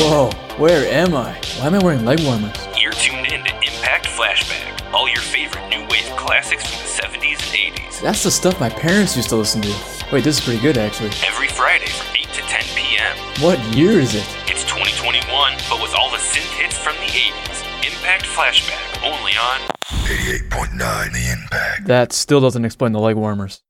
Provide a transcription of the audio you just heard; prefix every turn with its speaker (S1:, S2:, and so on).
S1: Whoa, where am I? Why am I wearing leg warmers?
S2: You're tuned in to Impact Flashback, all your favorite new wave classics from the 70s and 80s,
S1: That's the stuff my parents used to listen to. Wait, this is pretty good actually.
S2: every Friday from 8 to 10 p.m.
S1: What year is it?
S2: It's 2021, but with all the synth hits from the 80s. Impact Flashback, only on
S3: 88.9 The Impact.
S1: That still doesn't explain the leg warmers.